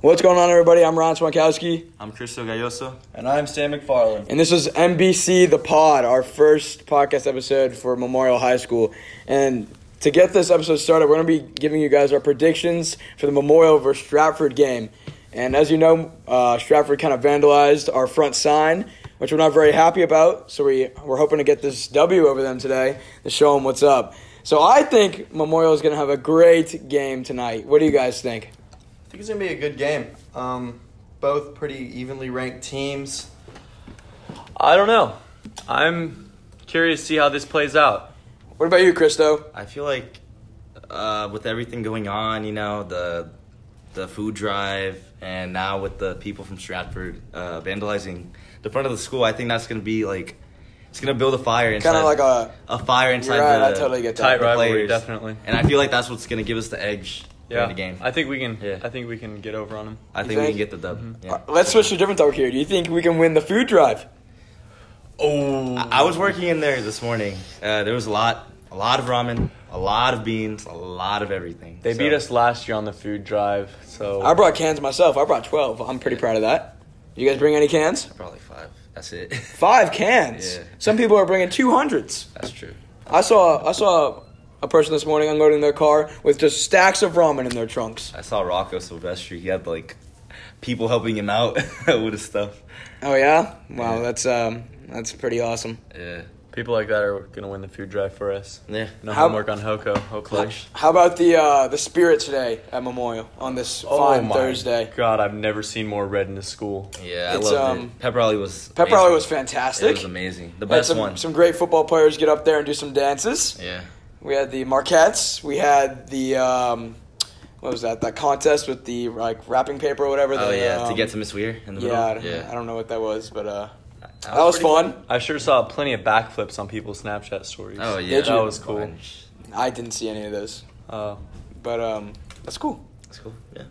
What's going on, everybody? I'm Ron Swankowski. I'm Cristo Galloso. And I'm Sam McFarland. And this is MBC The Pod, our first podcast episode for Memorial High School. And to get this episode started, we're going to be giving you guys our predictions for the Memorial versus Stratford game. And as you know, uh, Stratford kind of vandalized our front sign, which we're not very happy about. So we, we're hoping to get this W over them today to show them what's up. So I think Memorial is going to have a great game tonight. What do you guys think? I think it's gonna be a good game. Um, both pretty evenly ranked teams. I don't know. I'm curious to see how this plays out. What about you, Christo? I feel like uh, with everything going on, you know, the the food drive, and now with the people from Stratford uh, vandalizing the front of the school, I think that's gonna be like it's gonna build a fire inside. Kind of like a a fire inside right, the I totally get that. the Tight rivalry, players. definitely. And I feel like that's what's gonna give us the edge Yeah, in the game. I think we can. Yeah. I think we can get over on him. I think, think? we can get the dub. Mm-hmm. Yeah. Uh, Let's switch to a different topic here. Do you think we can win the food drive? Oh, I I was working in there this morning. Uh, there was a lot, a lot of ramen, a lot of beans, a lot of everything. they So, beat us last year on the food drive. So I brought cans myself. I brought 12. I'm pretty proud of that. You guys bring any cans? probably five. That's it. Five cans. Yeah. Some people are bringing 200s. That's true. I saw I saw a person this morning unloading their car with just stacks of ramen in their trunks. I saw Rocco Silvestri. He had like people helping him out with his stuff. Oh yeah? Wow, Yeah. that's um that's pretty awesome. Yeah. people like that are gonna win the food drive for us. Yeah. No How- homework on Hoko. Hopefully. How about the uh, the spirit today at Memorial on this Oh fine Thursday? Oh God, I've never seen more red in a school. Yeah, I It's, loved um, it. Pepper Alley was. Pepper Alley amazing. was fantastic. It was amazing. The We had best some, one. Some great football players get up there and do some dances. Yeah. We had the Marquettes. We had the um, what was that? That contest with the like wrapping paper or whatever. Oh the, yeah, to um, get to Miss Weir in the yeah, I middle. don't- I don't know what that was, but uh, That, that was pretty fun. I sure saw plenty of backflips on people's Snapchat stories. Oh yeah, Did you? that was cool. I didn't see any of those, Uh, but um, that's cool. That's cool. Yeah.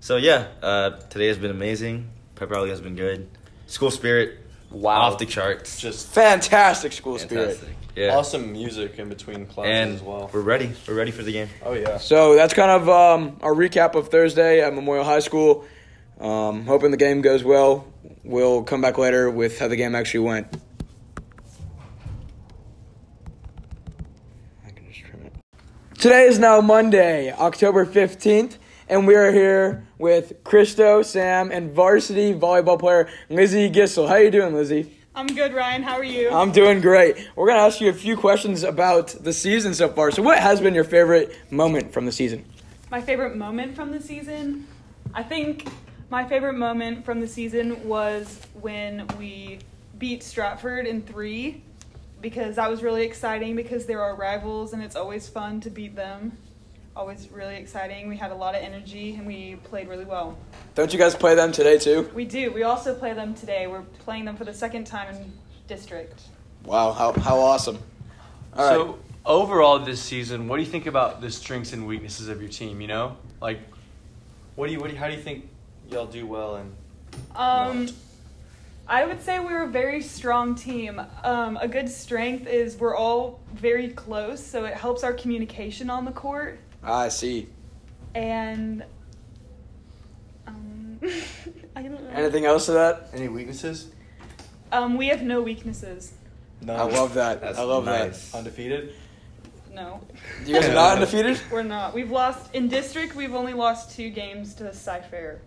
So yeah, uh, today has been amazing. Pepper Alley has been good. School spirit, wow, off the charts. just Fantastic school spirit. fantastic. Yeah. awesome music in between classes And as well. we're ready. We're ready for the game. Oh yeah. So that's kind of um, our recap of Thursday at Memorial High School. Um, hoping the game goes well. We'll come back later with how the game actually went. I can just trim it. Today is now Monday, October 15th, and we are here with Christo, Sam, and varsity volleyball player Lizzie Gissel. How you doing, Lizzie? I'm good, Ryan. How are you? I'm doing great. We're going to ask you a few questions about the season so far. So, what has been your favorite moment from the season? my favorite moment from the season, I think my favorite moment from the season was when we beat Stratford in three, because that was really exciting because they're our rivals and it's always fun to beat them. Always really exciting. We had a lot of energy and we played really well. Don't you guys play them today too? We do. We also play them today. We're playing them for the second time in district. Wow, how, how awesome. All right. so overall this season, what do you think about the strengths and weaknesses of your team? You know, like, what do you, what do you, how do you think y'all do well and Um, Not. I would say we're a very strong team. Um, a good strength is we're all very close, so it helps our communication on the court. I see. And um, I don't know. Anything else to that? Any weaknesses? Um, we have no weaknesses. No. I love that. Uh, That's I love nice. Undefeated. No, that. You guys are not undefeated? we're not. We've lost in district. We've only lost two games to Cy Fair.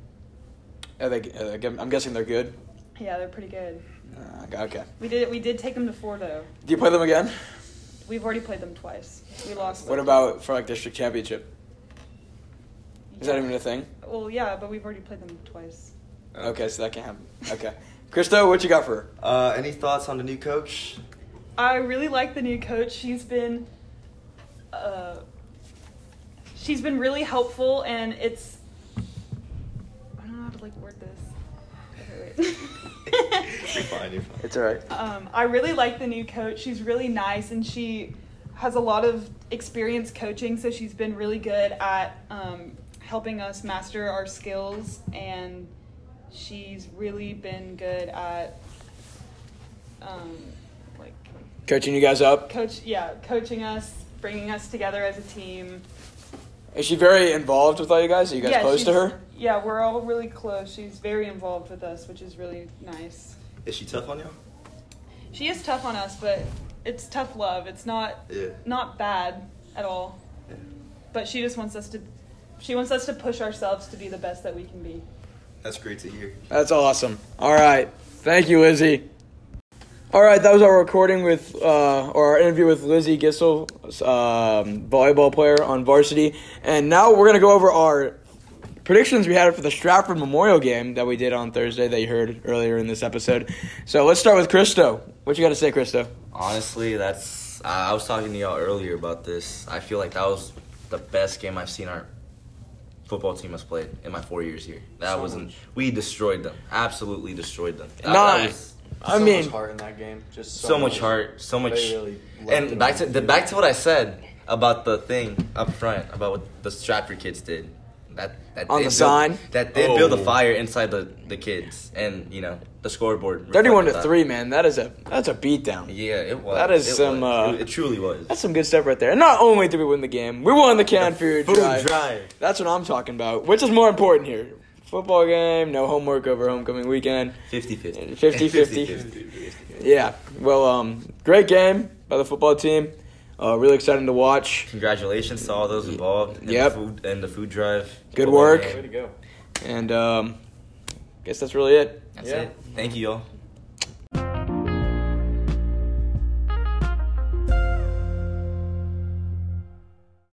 Are they, are they- I'm guessing they're good. Yeah, they're pretty good. Uh, okay. We did. We did take them to four though. Do you play them again? We've already played them twice. We lost. What both. about for like district championship? Is that Yeah. even a thing? Well, yeah, but we've already played them twice. Okay, so that can't happen. Okay. Christo, what you got for her? Uh, any thoughts on the new coach? I really like the new coach. She's been, uh, she's been really helpful, and it's. I don't know how to like word this. Okay, You're wait. fine. You're fine. It's all right. um, I really like the new coach. She's really nice, and she has a lot of experience coaching, so she's been really good at um, helping us master our skills, and she's really been good at um, like Coaching you guys up. coach, yeah, coaching us, bringing us together as a team. Is she very involved with all you guys? Are you guys yeah, close to she's- her? Yeah, we're all really close. She's very involved with us, which is really nice. Is she tough on you? She is tough on us, but it's tough love. It's not Yeah. not bad at all. Yeah. But she just wants us to she wants us to push ourselves to be the best that we can be. That's great to hear. That's awesome. All right. Thank you, Lizzie. All right, that was our recording with, uh, or our interview with Lizzie Gissel, um, volleyball player on varsity. And now we're going to go over our predictions we had for the Stratford Memorial game that we did on Thursday that you heard earlier in this episode. So let's start with Christo. What you got to say, Christo? Honestly, that's. I I was talking to y'all earlier about this. I feel like that was the best game I've seen our football team has played in my four years here. That So wasn't. much. We destroyed them. Absolutely destroyed them. That, that Nice. was I so mean- much heart in that game. Just so, so much heart. So much. They really left it and back on to the the, field. back to what I said about the thing up front about what the Stratford kids did. That that On the did build- sign? That did build a Oh. fire inside the, the kids and you know the scoreboard. reflected 31 to that. 3, man. That is a that's a beatdown. Yeah, it was. That is It some, was. uh, it truly was. That's some good stuff right there. And not only did we win the game, we won the canned food, Food drive. drive. That's what I'm talking about. Which is more important here? Football game, no homework over homecoming weekend. 50-50. 50-50. Yeah. Well, um, great game by the football team. Uh, really exciting to watch. Congratulations to all those involved. in Yep. The food, and the food drive. Good Football work. game. Way to go. And um, guess that's really it. That's Yeah. it. Thank you, y'all.